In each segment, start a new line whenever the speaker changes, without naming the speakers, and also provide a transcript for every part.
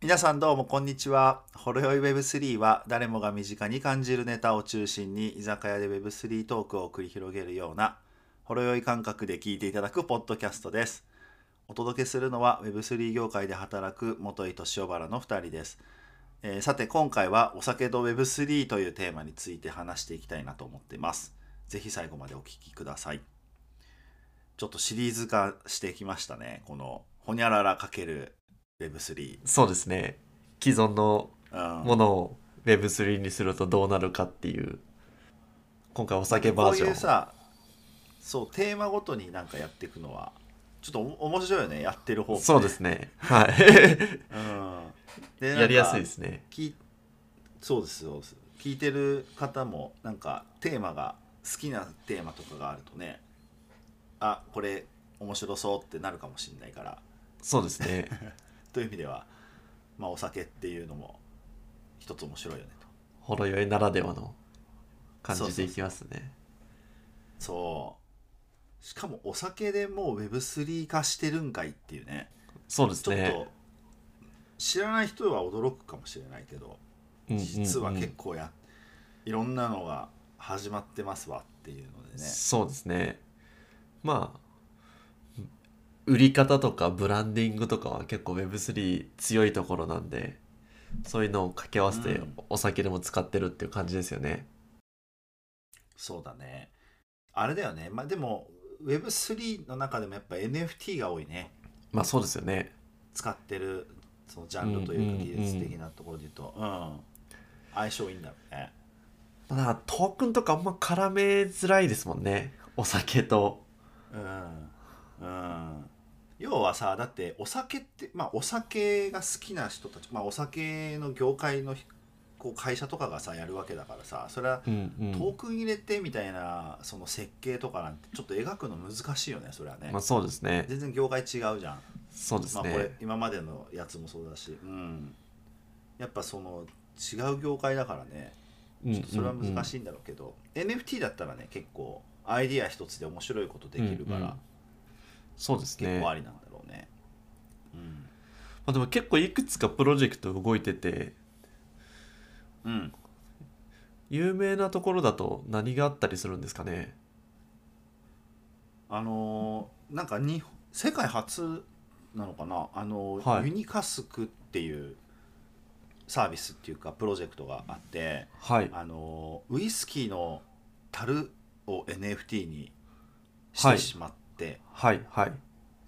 皆さんどうもこんにちは。ほろよい Web3 は誰もが身近に感じるネタを中心に居酒屋で Web3 トークを繰り広げるようなほろよい感覚で聞いていただくポッドキャストです。お届けするのは Web3 業界で働く元井敏夫原の2人です、えーさて今回はお酒と Web3 というテーマについて話していきたいなと思っています。ぜひ最後までお聞きください。ちょっとシリーズ化してきましたね。このほにゃらら×Web3。
そうですね既存の
うん
ものを Web3 にするとどうなるかっていう今回お酒バージ
こういう
ョン
さそうテーマごとになんかやっていくのはちょっとお面白いよねやってる方もね
そうですねはい
うんでなんか
やりやすいですね
きそうですそうです聞いてる方もなんかテーマが好きなテーマとかがあるとねあこれ面白そうってなるかもしれないから
そうで すね
という意味では、まあ、お酒っていうのも一つ面白いよねと
ほろ酔いならではの感じでいきますね
そうしかもお酒でもう Web3 化してるんかいっていうね
そうです
ちょっと、
ね
知らない人は驚くかもしれないけど
うんうんうん
実は結構や、いろんなのが始まってますわっていうのでね
そうですねまあ売り方とかブランディングとかは結構 Web3 強いところなんでそういうのを掛け合わせて
うん
お酒でも使ってるっていう感じですよね、
そうだねあれだよねまあでも Web3 の中でもやっぱ NFT が多いね
まあそうですよね
使ってるそのジャンルというか技術的なところで言うと、うん相性いいんだろうね
まあだからトークンとかあんま絡めづらいですもんねお酒と
うんうん要はさだってお酒ってまあお酒が好きな人たち、まあ、お酒の業界のひこう会社とかがさやるわけだからさそれは
うんう
ト
ん
ークン入れてみたいなその設計とかなんてちょっと描くの難しいよねそれはね
まあそうですね
全然業界違うじゃん、
そうです
まあこれ
ね
今までのやつもそうだしうんやっぱその違う業界だからね
うん
ちょっとそれは難
い
しいんだろうけど、NFT だったらね結構アイディア一つで面白いことできるから、
うんうんそうです
結
ね
構あ
ま
りなんだろうね。
あでも結構いくつかプロジェクト動いてて
うん。うん。
有名なところだと何があったりするんですかね
あのーなんかに世界初なのかなあのー、
はい
ユニカスクっていうサービスっていうかプロジェクトがあって、
はい
あのーウイスキーの樽を NFT にし
は
て
い
しまって
はいはい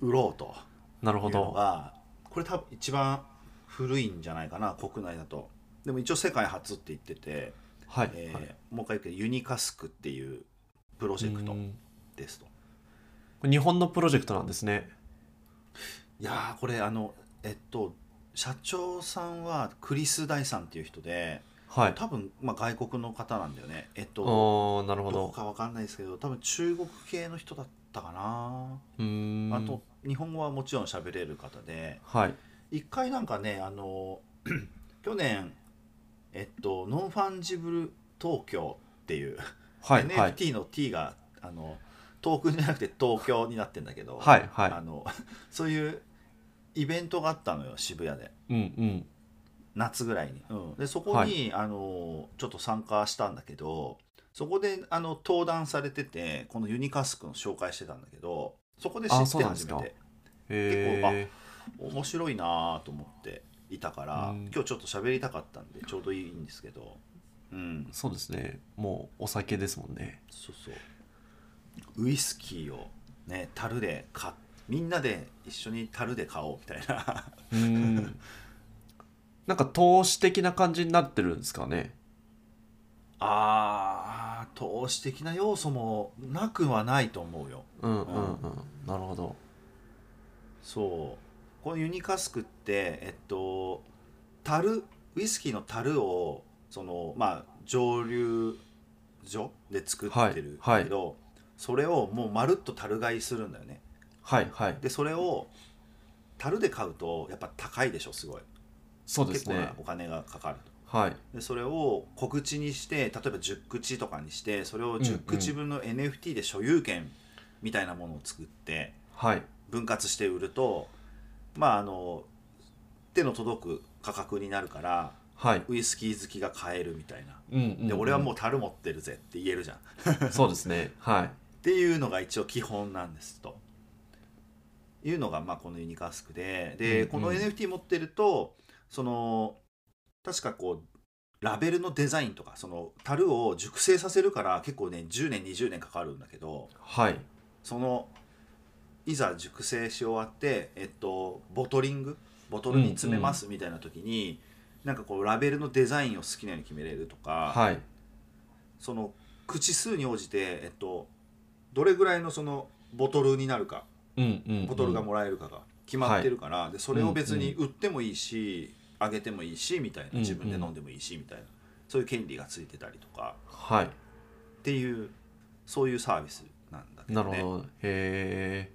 売ろうと
なるほ
いうの
ど
が、これ多分一番古いんじゃないかな国内だと。でも一応世界初って言ってて、
はい、
えー
はい
もう一回言うけどユニカスクっていうプロジェクト
うん
ですと。
これ日本のプロジェクトなんですね
いやーこれあのえっと社長さんはクリス・ダイさんっていう人で
はい
多分、まあ、外国の方なんだよねえっと
おーなる
ど
ほ
こ
ど
かわかんないですけど多分中国系の人だったかな、
うーん
あと日本語はもちろん喋れる方で
はい
一回なんかねあの 去年えっとノンファンジブル東京っていう、
はいはい
NFT の T があの東京じゃなくて東京になってんだけど、
はいはい
あの そういうイベントがあったのよ渋谷で。
うんうん
夏ぐらいに、でそこに、
は
あのちょっと参加したんだけどそこであの登壇されててこのユニカスクの紹介してたんだけどそこで知
あ
っ
そう
て
なんです
初
か
めて
へ
構あ
え
面白いなと思っていたから、
うん
今日ちょっと喋りたかったんでちょうどいいんですけどうん
そうですねもうお酒ですもんね
そうそうウイスキーをね樽で買っみんなで一緒に樽で買おうみたいな
うーん なんか投資的な感じになってるんですかね
あー投資的な要素もなくはないと思うよ
うんうんうん、なるほど
そうこのユニカスクってえっと樽ウイスキーの樽をそのまあ蒸留所で作ってる
はいはい
けど、それをもうまるっと樽買いするんだよね
はいはい
でそれを樽で買うとやっぱ高いでしょすごい
そうで
結
す
構
ね
なお金がかかる
はい
でそれを小口にして例えば10口とかにしてそれを10口分の NFT で所有権みたいなものを作って、
はい
分割して売るとまああの手の届く価格になるから
はい。
ウイスキー好きが買えるみたいな
うんうんうん
で俺はもう樽持ってるぜって言えるじゃんっ
そうですね。はい。
ていうのが一応基本なんですというのがまあこのユニカスクでで、
うんうん
この NFT 持ってるとその確かこうラベルのデザインとかその樽を熟成させるから結構ね10年20年かかるんだけど
はい。
そのいざ熟成し終わって、えっと、ボトリングボトルに詰めますみたいな時に、なんかこうラベルのデザインを好きなように決めれるとか、
はい。
その口数に応じて、えっと、どれぐらいのそのボトルになるか
うんうん、うん。
ボトルがもらえるかが決まってるから、でそれを別に売ってもいいし、あげてもいいしみたい
うんう
なん自分で飲んでもいいしみたいなそういう権利がついてたりとか
はい。
っていうそういうサービスなんだけ
な
ど
る
ね。
ほど。へ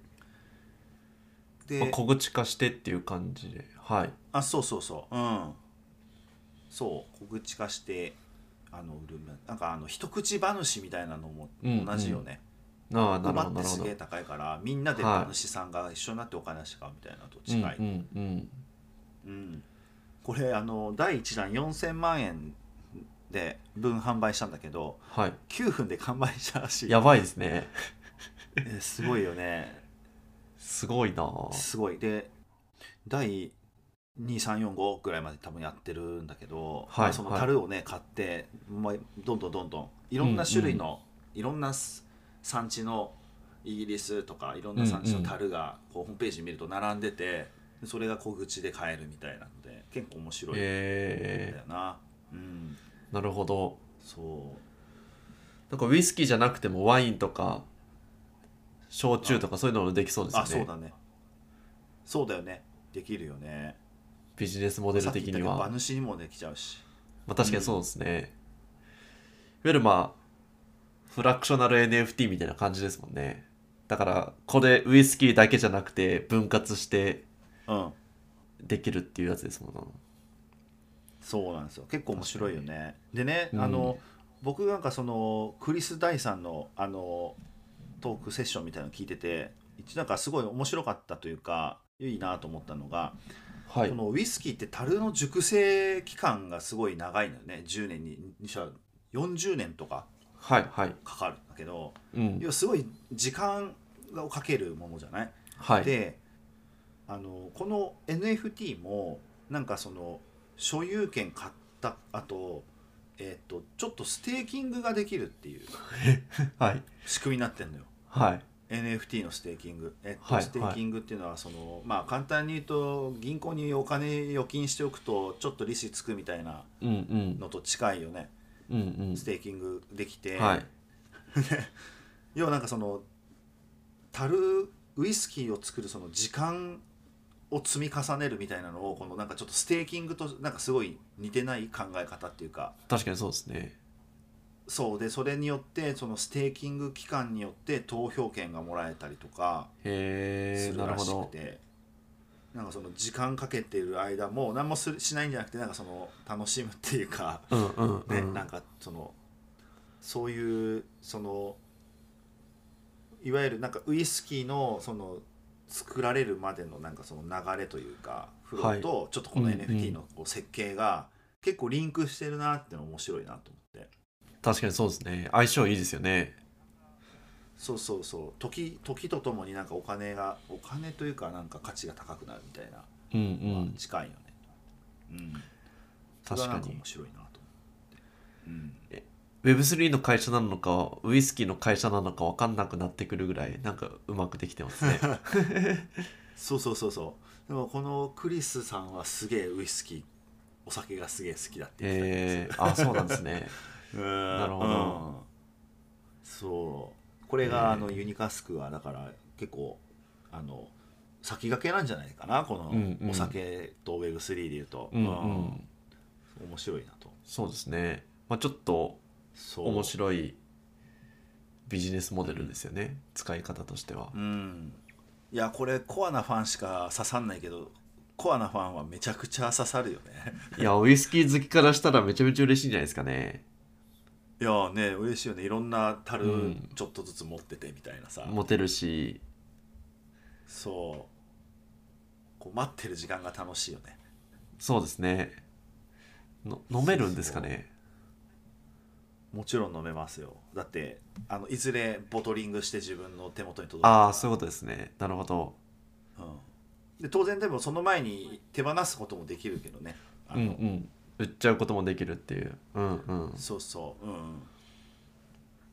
で
え。まあ、小口化してっていう感じで。はい。
あそうそうそううんそう小口化してあの売るなんかあの一口話みたいなのも
うん
同じよね、
ああ、なる
馬
ほど、
っ
な
て
るほ
す
ど。
げえ高いからみんなで
はい
馬主さんが一緒になってお金を使うみたいなのと
うん
近い、
うんうん。
うんこれあの第1弾4000万円で分販売したんだけど
はい。
9分で完売したらしい
やばいですね。
え すごいよね
すごいなあ
すごいで第2345ぐらいまで多分やってるんだけど、
は
ま
い
あその樽をね、買って、まあ、どんどんどんどんいろんな種類の、いろんなす産地のイギリスとかいろんな産地の樽がこうホームページ見ると並んでてでそれが小口で買えるみたいなので結構面白いんだよ
へえ
な、うん
なるほど。
そう
なんかウイスキーじゃなくてもワインとか、焼酎とかそういうのもできそうですね。
あそうだねそうだよねできるよね
ビジネスモデ
さ
ル
っき
的
言った
に
けど
は。
馬主にもできちゃうし
まあ、確かにそうですね。いわゆるまあ、フラクショナル NFT みたいな感じですもんね。だから、これウイスキーだけじゃなくて分割して
うん
できるっていうやつですもんな。
そうなんですよ結構面白いよねでね、
うん
あの僕なんかそのクリス・ダイさんのあのトークセッションみたいなの聞いてて一なんかすごい面白かったというかいいなと思ったのが、
は
こ。のウイスキーって樽の熟成期間がすごい長いのよね10年ににしゃ40年とか
はい、はい。
かかるんだけど
うん
要。はすごい時間をかけるものじゃない
はい。
であのこの NFT もなんかその所有権買ったあと,、えっとちょっとステーキングができるっていう
はい。
仕組みになってるのよ
はい。
NFT のステーキング、えっと
はい
ステーキングっていうのはその、まあ、簡単に言うと銀行にお金預金しておくとちょっと利子つくみたいな
うんうん。
のと近いよね
うん
ステーキングでき
う
て、
ん。はい。
要はなんかその樽ウイスキーを作るその時間を積み重ねるみたいなのをこのなんかちょっとステーキングとなんかすごい似てない考え方っていうか
確かにそうですね。
そうでそれによってそのステーキング期間によって投票権がもらえたりとかす
へえ、
る
なる
ら
ほ
しく
ど
て、。なんかその時間かけてる間も何もするしないんじゃなくてなんかその楽しむっていうか
うんうんう
ね、なん
ん。
かそのそういうそのいわゆるなんかウイスキーのその作られるまでのなんかその流れというかフローとちょっとこの
うんうん
NFT のこう設計が結構リンクしてるなっての面白いなと思って
確かにそうですね。相性いいですよね。
そうそうそう時時とともになんかお金がお金というかなんか価値が高くなるみたいな
うんう
のが
ん。
近いよね、うん、それ
確
はな
か
んか
に
面。白いなと思って。うん、
Web3 の会社なのかウイスキーの会社なのか分かんなくなってくるぐらいなんかうまくできてますね
そうそうそうそうでもこのクリスさんはすげえウイスキーお酒がすげえ好きだって言ってたん
えー、あそうなんですね
な
なるほど
そうこれがあの
えー
ユニカスクはだから結構あの先駆けなんじゃないかなこ
うんうん
のお酒と Web3 でいうと、
うんう
うん
ん
面白いなと
そうですね、まあ、ちょっと
そう
面白いビジネスモデルですよね使い方としては
うんいやこれコアなファンしか刺さんないけどコアなファンはめちゃくちゃ刺さるよね
いやウイスキー好きからしたらめちゃめちゃ嬉しいんじゃないですかね
いやーね嬉しいよねいろんな樽
うん
ちょっとずつ持っててみたいなさ、
モテるし
そうこう待ってる時間が楽しいよね
そうですねの飲めるんですかね
もちろん飲めますよだってあのいずれボトリングして自分の手元に届く
ああそういうことですねなるほど
うん、で当然でもその前に手放すこともできるけどねあ
うんう
の、
ん売っちゃうこともできるっていううんうん
そうそううんうん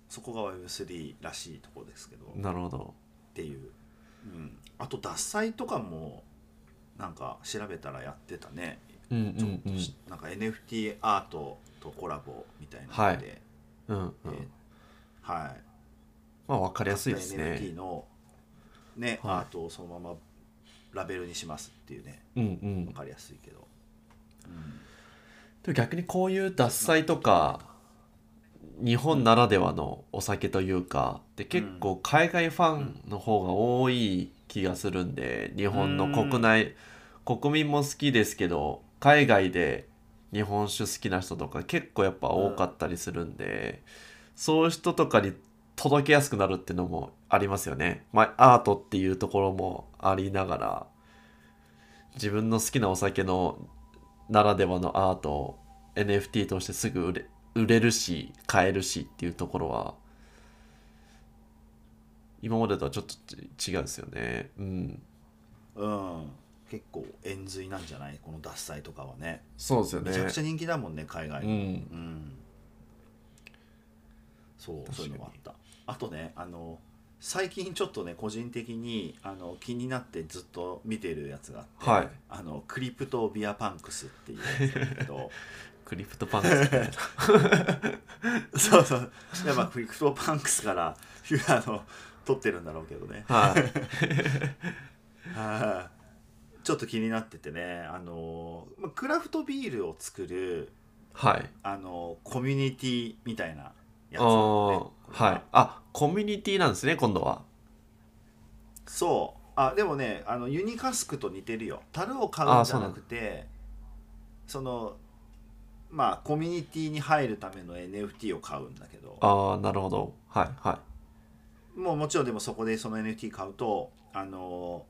そこが Web3 らしいとこですけどっ
なるほど
ていう、うん、あと脱菜とかもなんか調べたらやってたね
うん
ちょっ
う
と
ん
しなんか NFT アートとコラボみたいなので、
うんうんう
え
ん
ーはい
まあ分かりやすいです
買った NFT
ね
のね、
はい
アートをそのままラベルにしますっていうね
うんうん
分かりやすいけど、
でも逆にこういう脱菜とか日本ならではのお酒というかで結構海外ファンの方が多い気がするんで日本の国内国民も好きですけど海外で日本酒好きな人とか結構やっぱ多かったりするんでそういう人とかに届けやすくなるっていうのもありますよね。まあ、アートっていうところもありながら自分の好きなお酒のならではのアートを NFT としてすぐ売れ売れるし買えるしっていうところは今までとはちょっと違うんですよね。うん、
うん、結構円髄なんじゃないこの脱菜とかはね
そうですよ
めちゃくちゃ人気だもんね海外
う
うん、
ん、
そう
確か
そう
に
いうのもあったあとねあの最近ちょっとね個人的にあの気になってずっと見てるやつがあって、
はい
あのクリプトビアパンクスっていうやつなんだけど
クリプトパンクスみたいな
そうそうやっぱクリプトパンクスからあの取ってるんだろうけどね
はい
はいちょっと気になっててねあのまあクラフトビールを作る
はい
あのコミュニティみたいなやつ
あ
なんだ
ー
ねこれ
はいあコミュニティなんですね今度は
そうあでもねあのユニカスクと似てるよ樽を買うんじゃなくてそのまあコミュニティに入るための NFT を買うんだけど
ああなるほどはいは
もうもちろんでもそこでその NFT 買うとあの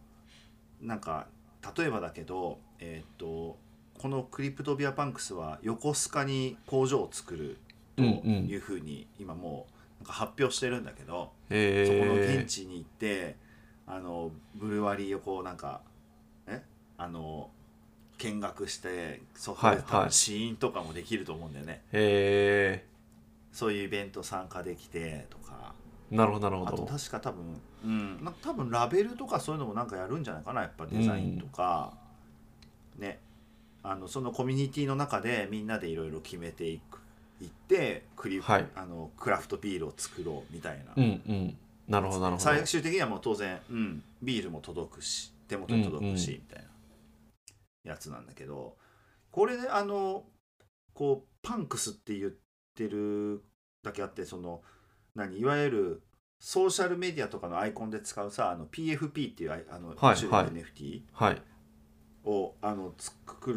なんか例えばだけどえーっとこのクリプトビアパンクスは横須賀に工場を作るというふうに今もうなんか発表してるんだけど、
いえ
そこの
ー
現地に行ってあのブルワリーをこうなんかえあの見学してそこ
は
で
いは
多
い
分試飲とかもできると思うんだよね、
え
そういうイベント参加できてとか
ーなるほどなるほ
あと
ど
確か多分、うん、なんか多分ラベルとかそういうのもなんかやるんじゃないかなやっぱデザインとか、ねあのそのコミュニティの中でみんなでいろいろ決めていくいってクリ、
はい
あのクラフトビールを作ろうみたいな
うんうんなるほどなるほど
最終的にはもう当然、うん、ビールも届くし手元に届くし、
うんう
みたいなやつなんだけどこれであのこうパンクスって言ってるだけあってその何いわゆるソーシャルメディアとかのアイコンで使うさあの PFP っていうあいあの
はい
種類の
はい
NFT
はい
を、あの作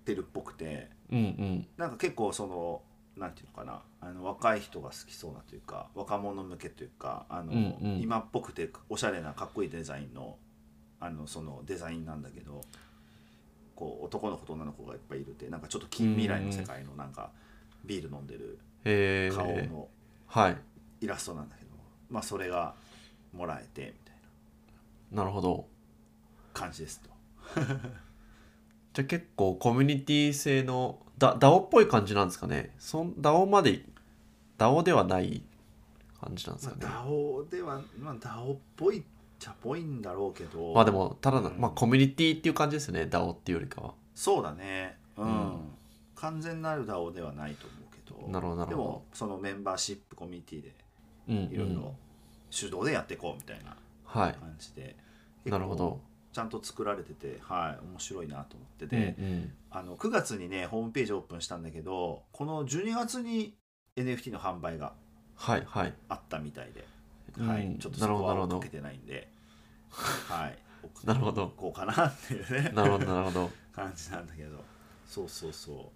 ってるっぽくて
うんうん
なんか結構そのなんていうのかなあの若い人が好きそうなというか若者向けというかあの、
うんうん
今っぽくておしゃれなかっこいいデザインのあのそのデザインなんだけどこう男の子と女の子がいっぱいいるってなんかちょっと近未来の世界のなんかビール飲んでる
え
顔
ー、
の
はい
イラストなんだけど、まあそれがもらえてみたいな
なるほど
感じですと。
じゃあ結構コミュニティ性のだ DAO っぽい感じなんですかねそん DAO まで DAO ではない感じなんです
まあ、
かね
DAO では、まあ、DAO っぽいっちゃっぽいんだろうけど
まあでもただの、
うん
まあ、コミュニティっていう感じですよね DAO っていうよりかは
そうだねうん、
うん
完全なる DAO ではないと思うけど
なるほどなる
で
ほど
もそのメンバーシップコミュニティで
うん
いろい
うん
ろ主導でやっていこうみたいな
は
感じで、
いなるほど
ちゃんと作られててはい面白いなと思ってて、
うんうん
あの9月にねホームページオープンしたんだけどこの12月に NFT の販売が
はいはい
あったみたいで、
うん
はい、ちょっとそこ
な
は追
るほ
っ
ど
かけてないんではい
なるほど
こうかなっていうね
なるほどなる ほど
感じなんだけどそうそう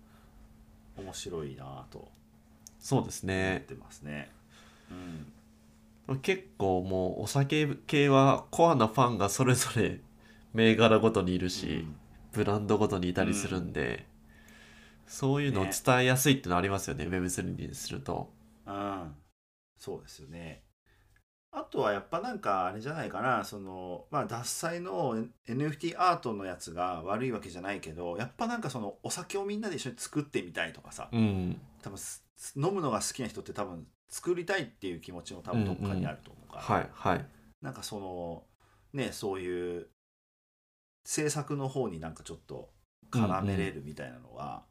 そう面白いなぁと
そうです
思っ
ね
てますね、うん、
結構もうお酒系はコアなファンがそれぞれ銘柄ごとにいるし、ブランドごとにいたりするんで、そういうのを伝えやすいってのありますよね Web3 にすると。
うん、そうですよね。あとはやっぱなんかあれじゃないかな、その、まあ、獺祭の NFT アートのやつが悪いわけじゃないけど、やっぱなんかそのお酒をみんなで一緒に作ってみたいとかさ、
うん、
多分す飲むのが好きな人って多分作りたいっていう気持ちの多分どっかにあると思うから、
はいはい。
なんかその、ね、そういう制作の方になんかちょっと絡めれるみたいなのは、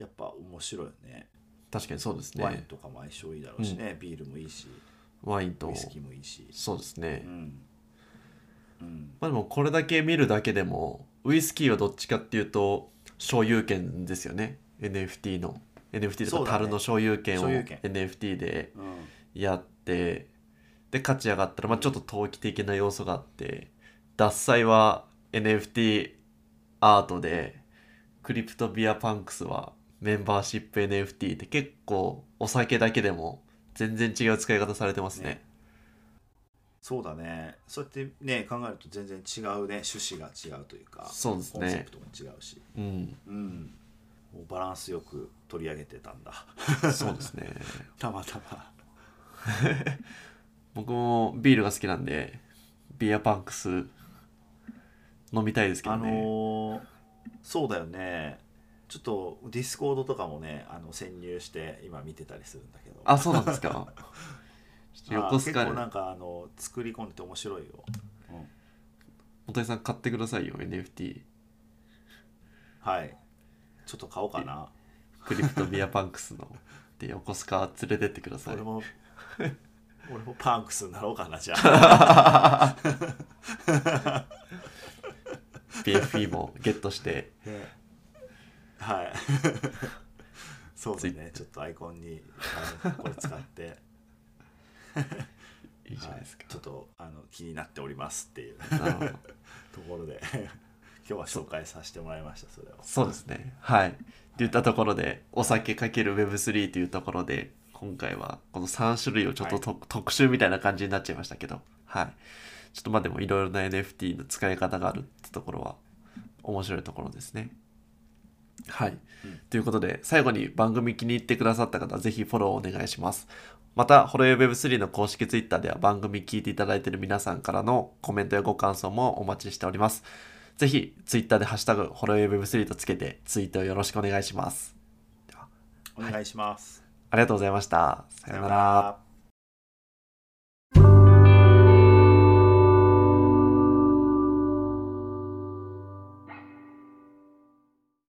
やっぱ面白いよね。
確かにそうです
ワイン
ね。
とかも相性いいだろうしね、ビールもいいし、
ワイン
ウ
と
イスキーもいいし。
そうです
う
ね。
ん。うん。
まあでもこれだけ見るだけでもウイスキーはどっちかっていうと所有権ですよね NFT の NFT
そ
と
う
か
だね
樽の所有権を
所有権
NFT で
うん
やってで勝ち上がったら、まあ、ちょっと投機的な要素があって獺祭は NFT アートでクリプトビアパンクスはメンバーシップ NFT って結構お酒だけでも全然違う使い方されてますね
ねそうだね。そうやってね、考えると全然違うね、趣旨が違うというか、
そうです
コンセ
ね
プトも違うし、
うん
うん。もうバランスよく取り上げてたんだ。
そうですね
たまたま。
僕もビールが好きなんでビアパンクス飲みたいですけど
あ
ね、
のーそうだよね。ちょっとディスコードとかもね、あの潜入して今見てたりするんだけど。
あそうなん ですかちょっと
あ
横須
結
賀
構
に
なんかあの作り込んでて面白いよ。うん
本井さん買ってくださいよ NFT
はい。ちょっと買おうかな。
クリプトビアパンクスので横須賀連れてってください
俺 も俺もパンクスになろうかなじゃあ
BFE もゲットして
ねはい そうですねちょっとアイコンにあのこれ使って、
いいじゃないですか
はいちょっとあの気になっておりますっていう
なるほど
ところで 今日は紹介させてもらいましたそれを
そうですねはいといったところでお酒かける Web3 というところで今回はこの3種類をちょっとと、特集みたいな感じになっちゃいましたけどはいちょっとまあでもいろいろな NFT の使い方があるってところは面白いところですねはい、
うん
ということで最後に番組気に入ってくださった方はぜひフォローお願いしますまた、ホロヨ Web3 の公式 Twitter では番組聞いていただいている皆さんからのコメントやご感想もお待ちしております。ぜひ、Twitter でハッシュタグ、ホロヨ Web3 とつけてツイートをよろしくお願いします。
お願いします、
ありがとうございました。さようなら。
ら